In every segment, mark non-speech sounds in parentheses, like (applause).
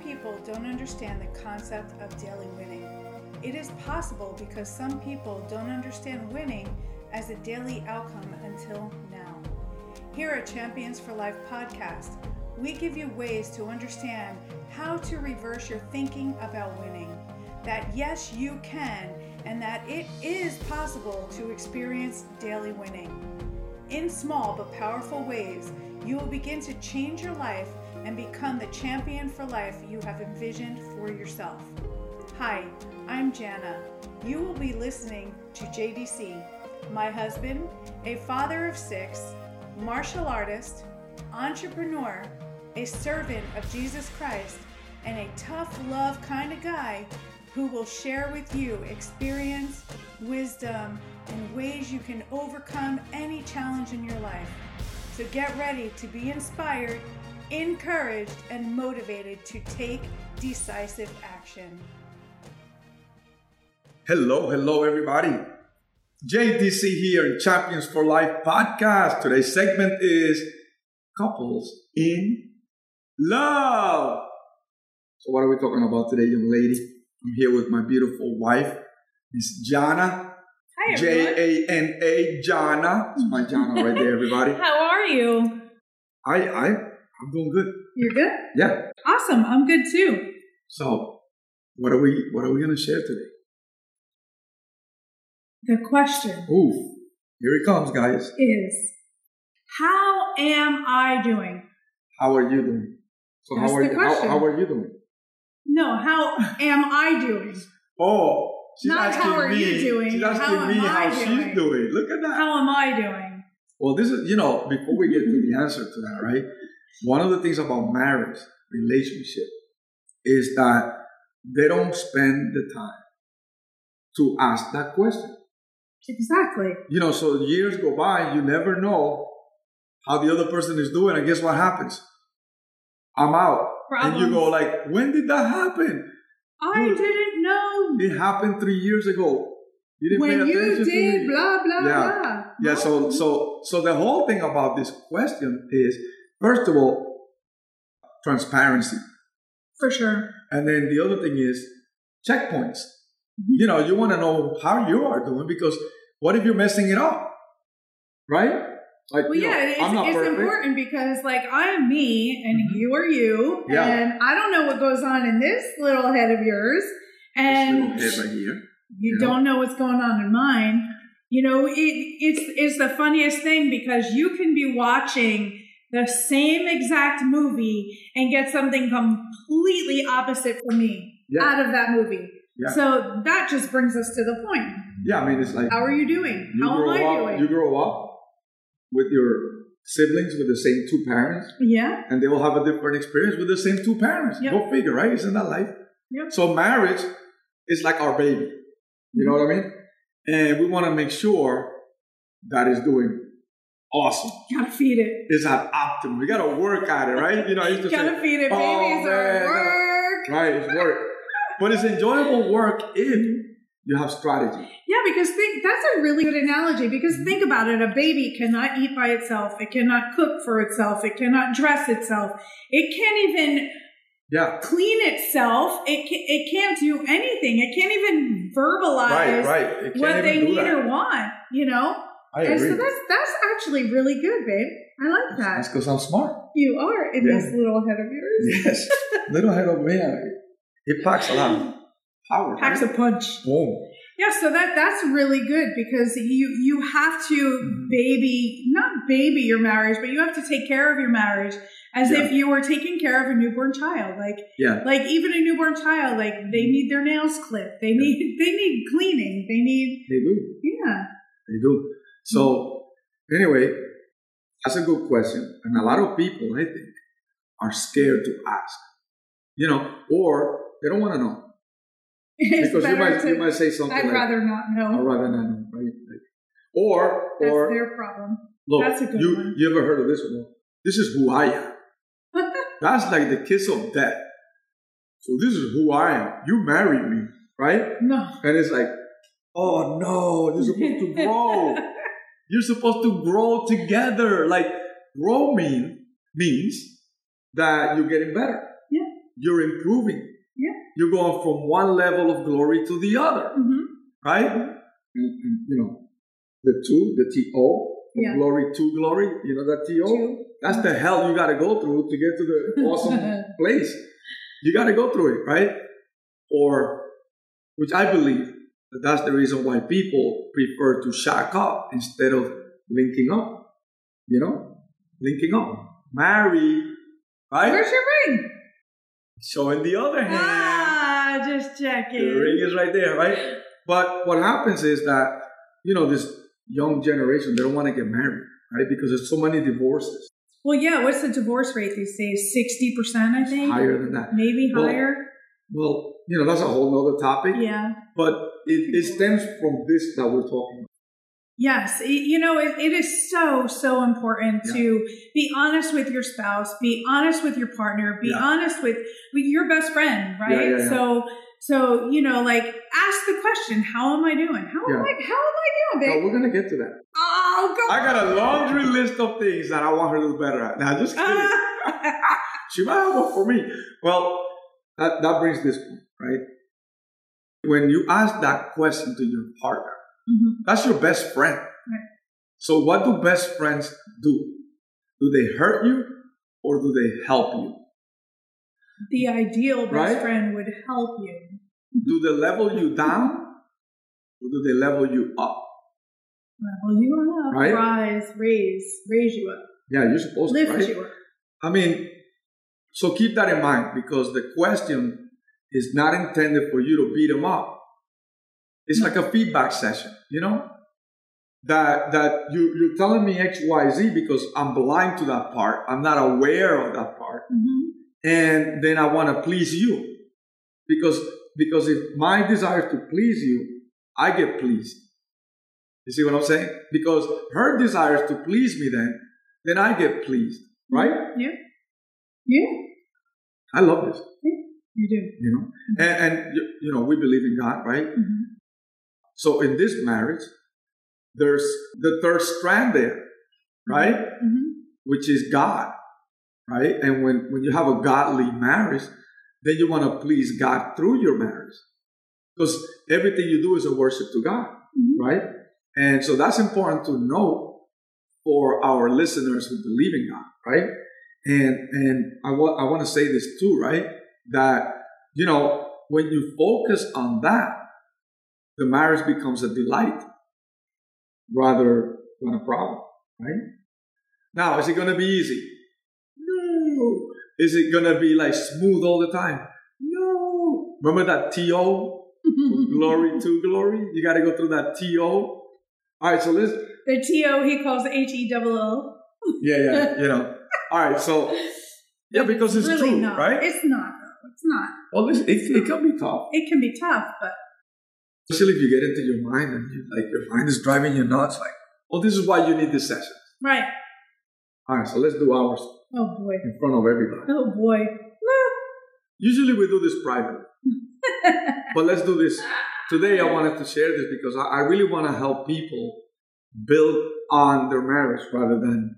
people don't understand the concept of daily winning. It is possible because some people don't understand winning as a daily outcome until now. Here at Champions for Life podcast, we give you ways to understand how to reverse your thinking about winning. That yes, you can, and that it is possible to experience daily winning. In small but powerful ways, you will begin to change your life and become the champion for life you have envisioned for yourself. Hi, I'm Jana. You will be listening to JDC, my husband, a father of six, martial artist, entrepreneur, a servant of Jesus Christ, and a tough love kind of guy who will share with you experience, wisdom, and ways you can overcome any challenge in your life. So get ready to be inspired, encouraged, and motivated to take decisive action. Hello, hello, everybody. JDC here in Champions for Life podcast. Today's segment is couples in love. So, what are we talking about today, young lady? I'm here with my beautiful wife, Miss Jana. Hi, everyone. J A N A Jana. It's my Jana right there, everybody. (laughs) How are you? I I I'm doing good. You're good? Yeah. Awesome. I'm good too. So, what are we what are we gonna share today? The question Oof. Here it comes, guys. is How am I doing? How are you doing? So That's how are the you how, question. how are you doing? No, how am I doing? Oh, she's Not asking how are me. you doing, She's how asking am me I how doing? she's doing. Look at that. How am I doing? Well, this is, you know, before we get to the answer to that, right? One of the things about marriage, relationship, is that they don't spend the time to ask that question. Exactly. You know, so years go by, you never know how the other person is doing. And guess what happens? I'm out. And you Problems. go like, when did that happen? I Dude. didn't know It happened three years ago. You didn't when pay you attention to did me. blah blah Yeah. blah. Yeah, so so so the whole thing about this question is first of all transparency. For sure. And then the other thing is checkpoints. Mm-hmm. You know, you want to know how you are doing because what if you're messing it up? Right? Like Well, you know, yeah, it's, I'm not it's perfect. Mm-hmm. important because, like, I am me and you are you, Yeah. and I don't know what goes on in this little head of yours, and This little head right here. you Yeah. don't know what's going on in mine. You know, it, it's it's the funniest thing because you can be watching the same exact movie and get something completely opposite from me Yeah. out of that movie. Yeah. So that just brings us to the point. Yeah, I mean it's like How are you doing? you How am grow I up doing? you grow up with your siblings with the same two parents. yeah. (laughs) and they all have a different experience with the same two parents. Yep. Go figure, right? Isn't that life? Yep. So marriage is like our baby. You know what I mean? And we want to make sure that it's doing awesome. Gotta feed it. It's at optimum. We got to work at it, right? You know, I used to say, Gotta feed it. "Oh, Babies man, are gotta- work. (laughs) right, it's work. But it's enjoyable work if you have strategy. Yeah, because think, that's a really good analogy. Because think about it: a baby cannot eat by itself. It cannot cook for itself. It cannot dress itself. It can't even Yeah. clean itself. It ca- it can't do anything. It can't even verbalize Right, right. It can't what even they do need that. or want. You know, I and so agree. that's that's actually really good, babe. I like that. That's because I'm smart. You are in Yeah. this little head of yours. (laughs) Yes. Little head of man. It packs a lot of power. Packs right? a punch. Boom. Yeah, so that that's really good because you you have to Mhm. baby not baby your marriage, but you have to take care of your marriage as Yeah. if you were taking care of a newborn child. Like Yeah. Mm-hmm. like even a newborn child, like they need their nails clipped, they need (laughs) they need cleaning, they need They do. yeah (laughs) They do. So, anyway, that's a good question. And a lot of people, I think, are scared to ask, you know, or they don't want to know. it's because you better might, to- you might say something I'd like, rather not I'd know. rather not know, right? Like, or, That's or, their problem. look, that's a good you, one. you ever heard of this one? This is who (laughs) I am. that's like the kiss of death. So, this is who I am. You married me, right? No, And it's like, oh no, you're supposed to (laughs) grow. you're supposed to grow together. Like, grow mean, means that you're getting better. Yeah. You're improving. Yeah. You're going from one level of glory to the other, hmm right? And, and, you know, the two, the T O, from Yeah. glory to glory. You know that T O. That's the hell you got to go through to get to the awesome place. You got to go through it, right? Or, which I believe that that's the reason why people prefer to shack up instead of linking up. You know, linking up, marry, right? Where's your ring? (laughs) So, on the other hand, Ah, just checking. the ring is right there, right? But what happens is that, you know, this young generation, they don't want to get married, right? Because there's so many divorces, Well, yeah. What's the divorce rate these days? Sixty percent, I think. higher than that. Maybe Well- higher. Well, you know, that's a whole other topic, Yeah. but it, it stems from this that we're talking Yes, it- you know, it, it is so, so important Yeah. to be honest with your spouse, be honest with your partner, be Yeah. honest with, with your best friend, right? yeah, yeah. So, so, you know, like ask the question, how am I doing? How am Yeah. I, how am I doing, about. Now, babe? we're going to get to that. Oh, go. I got a laundry list of things that I want her to do better at. Now, just kidding. Ah. She might have one for me. Well, that, that brings this point, right? When you ask that question to your partner, Mhm. That's your best friend. So what do best friends do? Do they hurt you or do they help you? (laughs) Mm-hmm. the ideal best Right? friend would help you. Do they level Mm-hmm. you down or do they level you up? Level you on up, Right? rise, raise, raise you up, Yeah, you're supposed lift to, right? you up. I mean, so keep that in mind because the question is not intended for you to beat them up. It's Mm-hmm. like a feedback session, you know? That that you you're telling me X, Y, Z because I'm blind to that part. I'm not aware of that part. Mhm. and then I want to please you because because if my desire to please you, I get pleased. You see what I'm saying? Because her desires to please me, then then I get pleased, right? Mm-hmm. Yeah. Yeah, I love this, you do. you know. And, and you- you know, we believe in God, right? Mhm. So in this marriage, there's the third strand there, right? Mhm. which is God, right? And when, when you have a godly marriage, then you want to please God through your marriage. Because everything you do is a worship to God, Mhm. right? And so that's important to know for our listeners who believe in God, right? And and I want I want to say this too, right? That you know when you focus on that, the marriage becomes a delight rather than a problem, right? Now, is it going to be easy? No. Is it going to be like smooth all the time? No. Remember that TO? (laughs) glory to glory? You got to go through that TO? All right, so let's, The TO he calls H E double O. yeah, yeah, you know. All right, so, yeah, because it's really true, not. right? It's not. though. It's not. Well, this, it, it can be tough. It can be tough, but Especially if you get into your mind and you, like your mind is driving you nuts. Like, well, this is why you need this session. right. All right, so let's do ours Oh boy. in front of everybody. Oh boy. Usually we do this (laughs) privately, but let's do this today I wanted to share this because I, I really want to help people build on their marriage rather than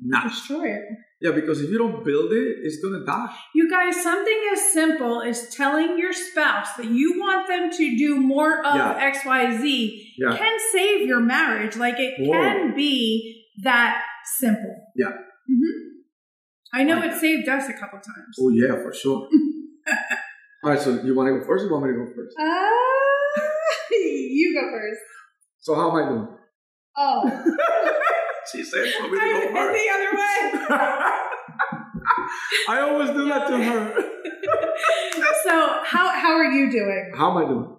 not. Destroy it. Yeah, because if you don't build it, it's gonna die. You guys, something as simple as telling your spouse that you want them to do more of Yeah. XYZ Yeah. can save your marriage. Like it Whoa. can be that simple. Yeah. hmm I know it saved us a couple times. Oh yeah, for (laughs) sure. All right, so you want to go first? Or you want me to go first? Ah, (laughs) you go first. So how am I doing? Oh, (laughs) She said for me I (laughs) to went go first. the other way. I always do that to her. (laughs) so how how are you doing? How am I doing?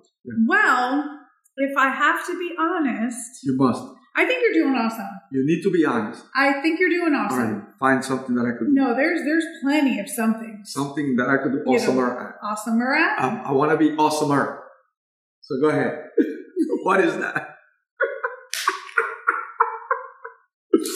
Well, if I have to be honest, You must. I think you're doing awesome. You need to be honest. I think you're doing All awesome. right, find something that I could, No, there's there's plenty of something something that I could do You know. awesomer at. awesome around. Um, I want to be awesomer. So go ahead. (laughs) what is that? Go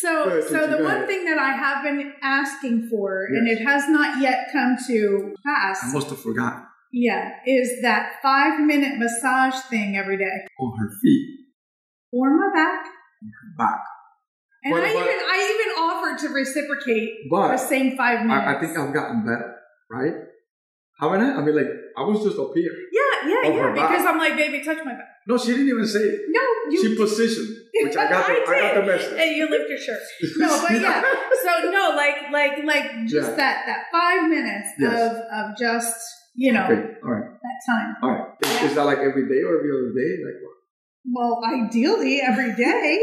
So ahead, so Susie, the go one ahead. thing that I have been asking for, and it has not yet come to I pass, must have forgotten. yeah, is that five minute massage thing every day On her feet, for my back. back. And But- I but- even I even offered to reciprocate the But same five minutes. I, I think I've gotten better. right? Haven't I? I mean, like, I was just up here. Yeah, yeah, Of yeah. her back. Because I'm like, baby, touch my back. No, she didn't even say it. No, you. she positioned, which (laughs) I got, the, I got the message. And you lift your shirt. (laughs) No, but yeah. So no, like, like, like, just Yeah. that that five minutes Yes. of of just you know Okay, all right, that time. all right. Is, is that like every day or every other day? Like, what? Well, ideally every day.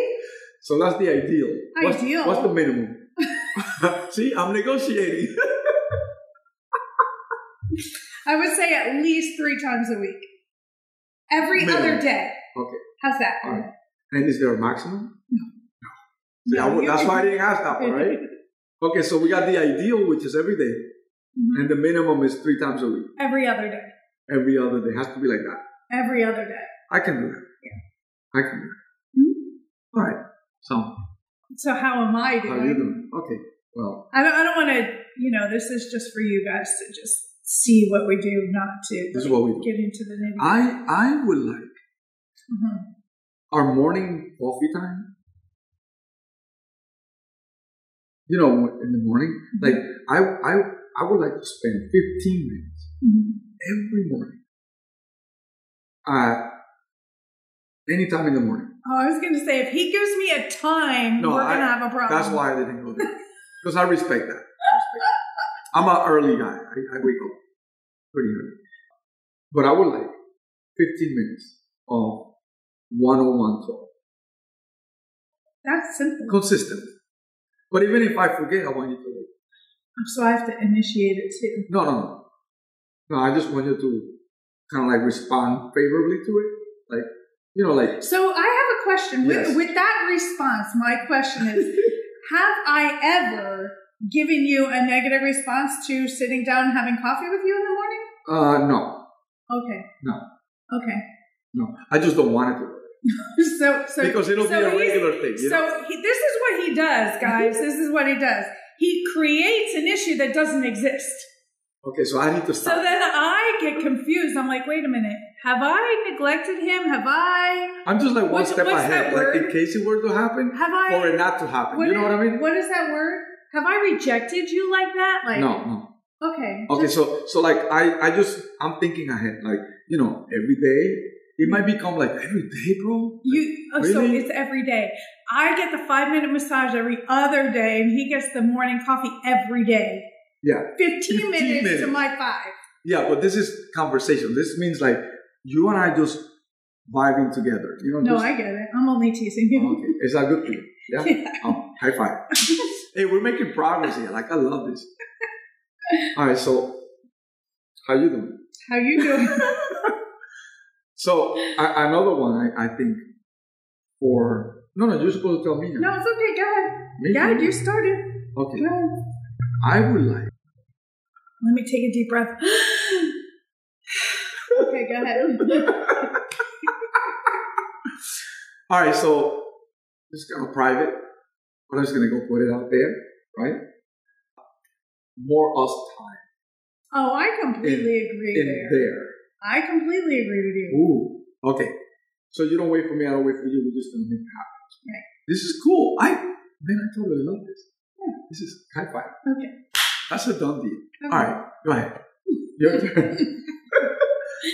so that's the ideal. What's, Ideal. What's the minimum? (laughs) See, I'm negotiating. (laughs) I would say at least three times a week. Every Minimum. other day. Okay. How's that? All right. And is there a maximum? No. No, you- that's why I didn't ask that one, right? (laughs) Okay, so we got the ideal, which is every day, Mhm. and the minimum is three times a week. Every other day. Every other day has to be like that. Every other day. I can do that. Yeah. I can do that. All right. So So how am I Hmm? how doing? you doing? Okay. Well, I don't. I don't want to. You know, this is just for you guys to just see what we do, not to this is what we do. get into the nitty. I I would like Mhm. our morning coffee time. You know, in the morning, like I I I would like to spend fifteen minutes Mhm. every morning. Uh, anytime in the morning. Oh, I was going to say if he gives me a time, No, we're I- going to have a problem. That's why I didn't go there. Because I respect that. I'm an early guy. I, I wake up pretty early. But I would like 15 minutes of one-on-one talk. That's simple. Consistent. But even if I forget, I want you to wait. So I have to initiate it too. No, no, no. No, I just want you to kind of like respond favorably to it. Like, you know, like, So I have a question. With, Yes. with that response, my question is (laughs) Have I ever given you a negative response to sitting down and having coffee with you in the morning? uh, no, Okay. No. Okay. (laughs) no. I just don't want it to. So, so because it'll so be a he's- regular thing. You know? So he, this is what he does, guys. this is what he does. He creates an issue that doesn't exist. Okay, so I need to So stop. then I get confused. I'm like, wait a minute. Have I neglected him? Have I? I'm just like one What's- step what's ahead, that like word? in case it were to happen Have I? or it not to happen. what you know is- what I mean? What is that word? Have I rejected you like that? Like no, no. Okay. Okay, so so like I I just I'm thinking ahead, like you know every day it might become like every day, bro. You. Oh, So Really? it's every day. I get the five minute massage every other day, and he gets the morning coffee every day. Yeah. 15, 15 minutes, to minutes. my five. Yeah, but this is conversation. This means like you and I just vibing together. You know. No, just, I get it. I'm only teasing you. (laughs) okay. Is that good for you? Yeah. Oh, high (laughs) five. hey, we're making progress here. Like I love this. All right, so how you doing? How you (laughs) doing? So I, another one, I, I think, for no, no, you're supposed to tell me. no, it's okay. Go ahead. me, Yeah, you started. Okay, Go ahead. I would like. Let me take a deep breath. (sighs) okay, go ahead. (laughs) All right, so it's kind of private, but I'm just gonna go put it out there, right? More us time Oh, I completely agree in there. there. I completely agree with you. Ooh, okay. So you don't wait for me, I don't wait for you. We're just gonna make it happen. Right. This is cool. I man, I totally love this. This is high five. Okay. That's a done deal. All right, go ahead. (laughs) Your (laughs) turn. (laughs)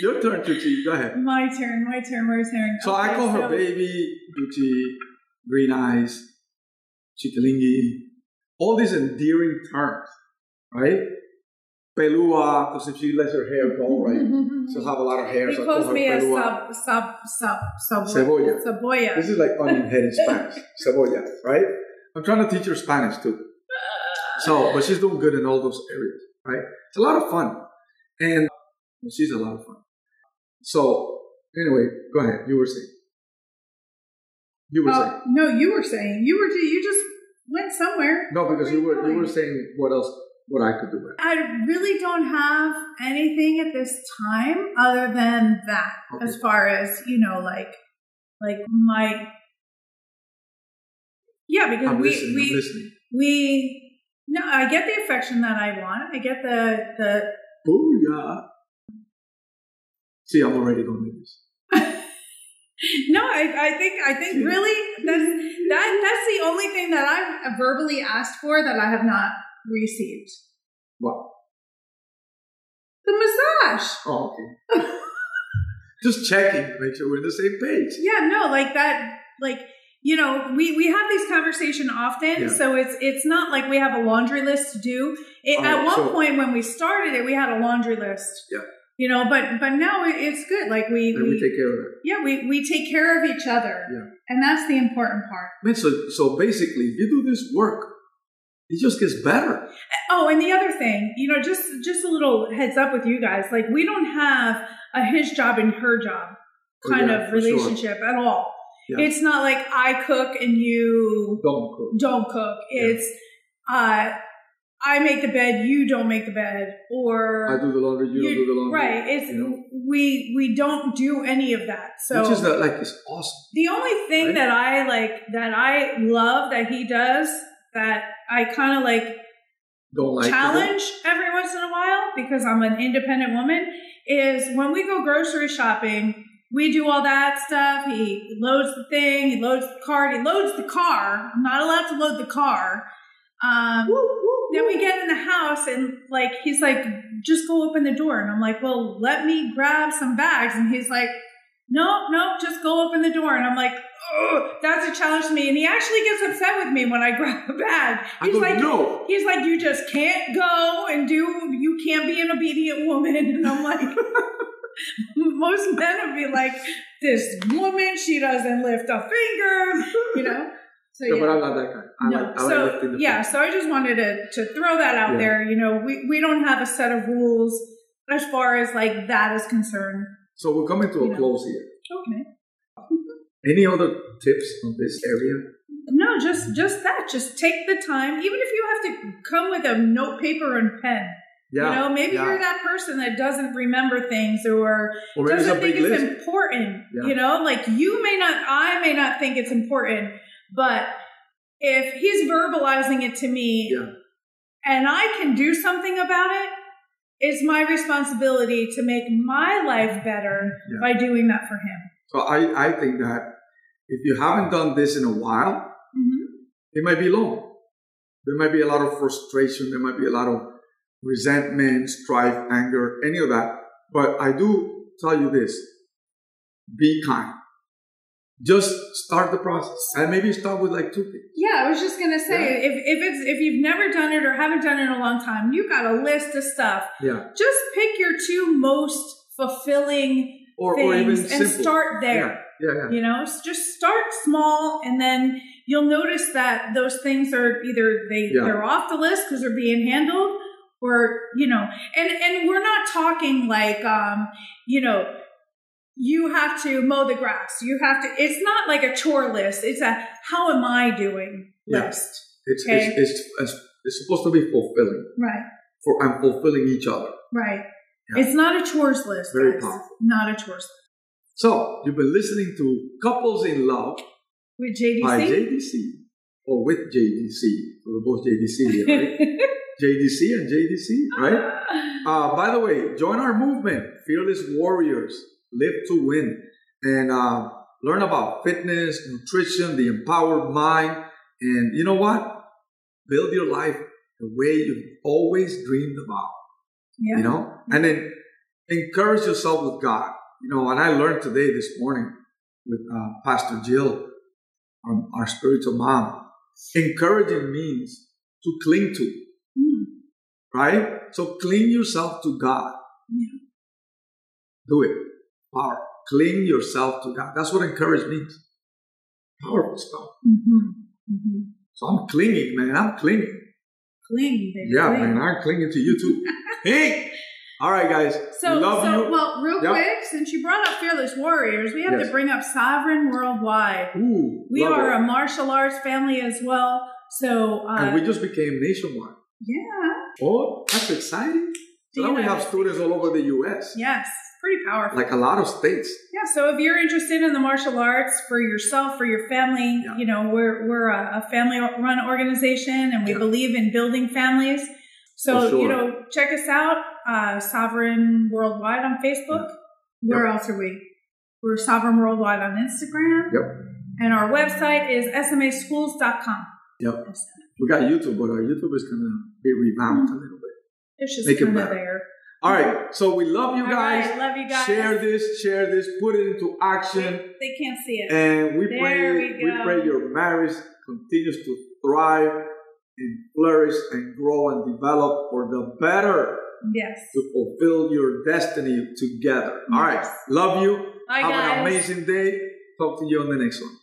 Your turn, Chuchi. Go ahead. My turn, my turn, my turn. So I Okay, call her so- baby, Gucci, green eyes, chitalingi, all these endearing terms, right? Pelua, because if she lets her hair go, (laughs) right? She'll have a lot of hair, He so I call calls her me a pelua. sub, sub, sub, sub, Cebolla. Cebolla. This is like onion head in Spanish, (laughs) cebolla, right? I'm trying to teach her Spanish too. So, but she's doing good in all those areas, right? It's a lot of fun. And well, she's a lot of fun. So, anyway, go ahead. You were saying. You were saying. Oh, no, you were saying you were you just went somewhere. No, because Where you were you were going? saying what else what I could do better. I really don't have anything at this time other than that, Okay. as far as you know, like, like my. Yeah, because I'm we listening. we I'm listening. we no, I get the affection that I want. I get the the Oh yeah. See, I'm already going to this. No, I, I think I think really that's that that's the only thing that I've verbally asked for that I have not received. Wow. The massage. Oh, okay. (laughs) Just checking, make sure we're on the same page. Yeah, no, like that, like you know, we we have these conversation often, Yeah. so it's it's not like we have a laundry list to do. It, Oh, at one so- point when we started it, we had a laundry list. Yeah. You know, but but now it, it's good. Like we, And we we take care of that. yeah we we take care of each other, Yeah. and that's the important part. Man, so, so basically, if you do this work, it just gets better. Oh, and the other thing, you know, just just a little heads up with you guys. Like we don't have a his job and her job Oh, kind yeah, of for sure. relationship at all. Yeah. It's not like I cook and you Don't cook. don't cook. Yeah. It's uh I make the bed, you don't make the bed I or do the laundry, you, You- don't do the laundry. right. It's you know. we we don't do any of that. So Which is that, like, it's awesome. the only thing Right. that I like that I love that he does that I kind of like Don't like it. challenge every once in a while because I'm an independent woman is when we go grocery shopping, we do all that stuff. He loads the thing, he loads the cart, he loads the car. I'm not allowed to load the car. Um, then we get in the house and like he's like, just go open the door. And I'm like, well, let me grab some bags. And he's like, nope, nope, just go open the door. And I'm like, Ugh, that's a challenge to me. And he actually gets upset with me when I (laughs) grab a bag. I He's go, like, no. He's like, you just can't go and do, you can't be an obedient woman. (laughs) And I'm like, most men would be like, this woman, she doesn't lift a finger, you know? So, No, but yeah. I'm not that guy. I No. like, I like Um, So, lifting the yeah, so I just wanted to, to throw that out Yeah. there. You know, we, we don't have a set of rules as far as like that is concerned. So we're coming to a You know. close here. Okay. Any other tips on this area? No, just just that. Just take the time, even if you have to come with a note paper and pen. Yeah. you know, maybe yeah. you're that person that doesn't remember things or Or maybe it's a doesn't big think it's list. important. Yeah. You know, like you may not, I may not think it's important, but if he's verbalizing it to me Yeah. and I can do something about it, it's my responsibility to make my life better Yeah. by doing that for him. So I, I think that if you haven't done this in a while, Mm-hmm. it might be long. There might be a lot of frustration. There might be a lot of resentment, strife, anger, any of that. But I do tell you this be kind. Just start the process. And maybe start with like two people. Yeah, I was just gonna say Yeah. if, if it's if you've never done it or haven't done it in a long time, you got a list of stuff. Yeah. Just pick your two most fulfilling Or, or even things simple. and start there. Yeah, yeah. You know, S- just start small, and then you'll notice that those things are either they Yeah. they're off the list because they're being handled, or you know, and and we're not talking like um, you know. You have to mow the grass. You have to. It's not like a chore list. It's a how am I doing Yeah. list, It's, Okay. it's, it's, it's, it's supposed to be fulfilling right? for and fulfilling each other. Right. Yeah. It's not a chores list. Very guys. powerful. Not a chores list. So you've been listening to Couples in Love With JDC. by JDC or with JDC. We're both JDC (laughs) here, right? JDC and JDC, right? Uh, by the way, join our movement, Fearless Warriors, Live to Win, and uh, learn about fitness, nutrition, the empowered mind, and you know what? Build your life the way you've always dreamed about yeah. you know and then encourage yourself with god you know and i learned today this morning with uh, pastor jill our, our spiritual mom encouraging means to cling to Mm. right so cling yourself to god Yeah. do it power cling yourself to god that's what encourage means powerful stuff Mm-hmm. Mm-hmm. so i'm clinging man i'm clinging Cling, baby. yeah cling. man i'm clinging to you (laughs) too hey all right guys So, we love so you well, real Yep. quick, since you brought up Fearless Warriors, we have Yes. to bring up Sovereign Worldwide. Ooh, We love are it. a martial arts family as well. So, uh, and we just became nationwide. yeah, Oh, that's exciting. So now we have students all over the US, yes, pretty powerful. like a lot of states. Yeah, so if you're interested in the martial arts for yourself, for your family, Yeah. you know, we're, we're a, a family run organization and we Yeah. believe in building families. So, For sure. you know, check us out, uh, Sovereign Worldwide on Facebook. Where else are we? We're Sovereign Worldwide on Instagram. Yep. And our website is smaschools.com. Yep. We got YouTube, but our YouTube is going to be revamped a little bit. It's just Make it kind of better. there. All right. So we love you Mm-hmm. All guys. right, love you guys. Share this, share this, put it into action. They can't see it. And we There pray, we we, go. pray your marriage continues to thrive and flourish and grow and develop for the better yes. to fulfill your destiny together. All right. Yes. Love you. Bye, Have guys. an amazing day. Talk to you on the next one.